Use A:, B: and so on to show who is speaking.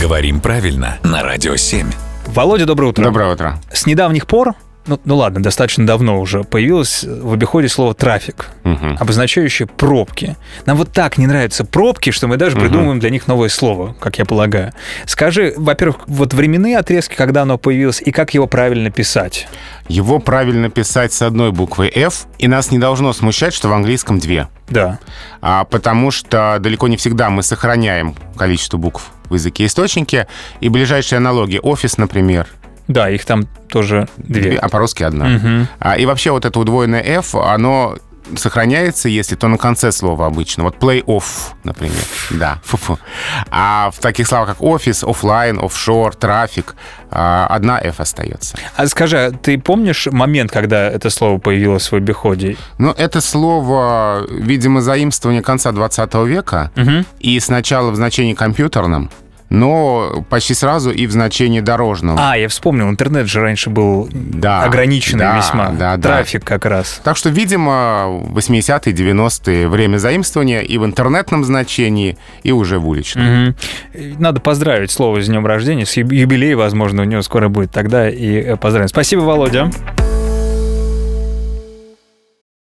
A: Говорим правильно на Радио 7.
B: Володя, доброе утро.
C: Доброе утро.
B: С недавних пор, ну, ну ладно, достаточно давно уже, появилось в обиходе слово «трафик»,
C: Мгм.
B: обозначающее пробки. Нам вот так не нравятся пробки, что мы даже придумываем для них новое слово, как я полагаю. Скажи, во-первых, вот временные отрезки, когда оно появилось, и как его правильно писать?
C: Его правильно писать с одной буквы F, и нас не должно смущать, что в английском две.
B: Да.
C: А, потому что далеко не всегда мы сохраняем количество букв в языке источнике. И ближайшие аналоги офис, например,
B: Да, их там тоже две.
C: а по-русски одна.
B: Мгм.
C: А, и вообще вот это удвоенное F, оно сохраняется, если то на конце слова обычно. Вот play-off, например. Да. Фу-фу. А в таких словах, как офис, оффлайн, офшор, трафик, а, одна F остается.
B: А скажи, а ты помнишь момент, когда это слово появилось в обиходе?
C: Но Ну, это слово, видимо, заимствование конца 20 века
B: Мгм.
C: и сначала в значении компьютерном, но почти сразу и в значении дорожного.
B: А, я вспомнил, интернет же раньше был
C: Да,
B: ограниченный
C: да,
B: весьма.
C: да, да.
B: Трафик как раз.
C: Так что, видимо, 80-е, 90-е время заимствования и в интернетном значении, и уже в уличном.
B: Мгм. Надо поздравить слово с днем рождения, с юб- юбилей, возможно, у него скоро будет тогда. И э, поздравим. Спасибо, Володя.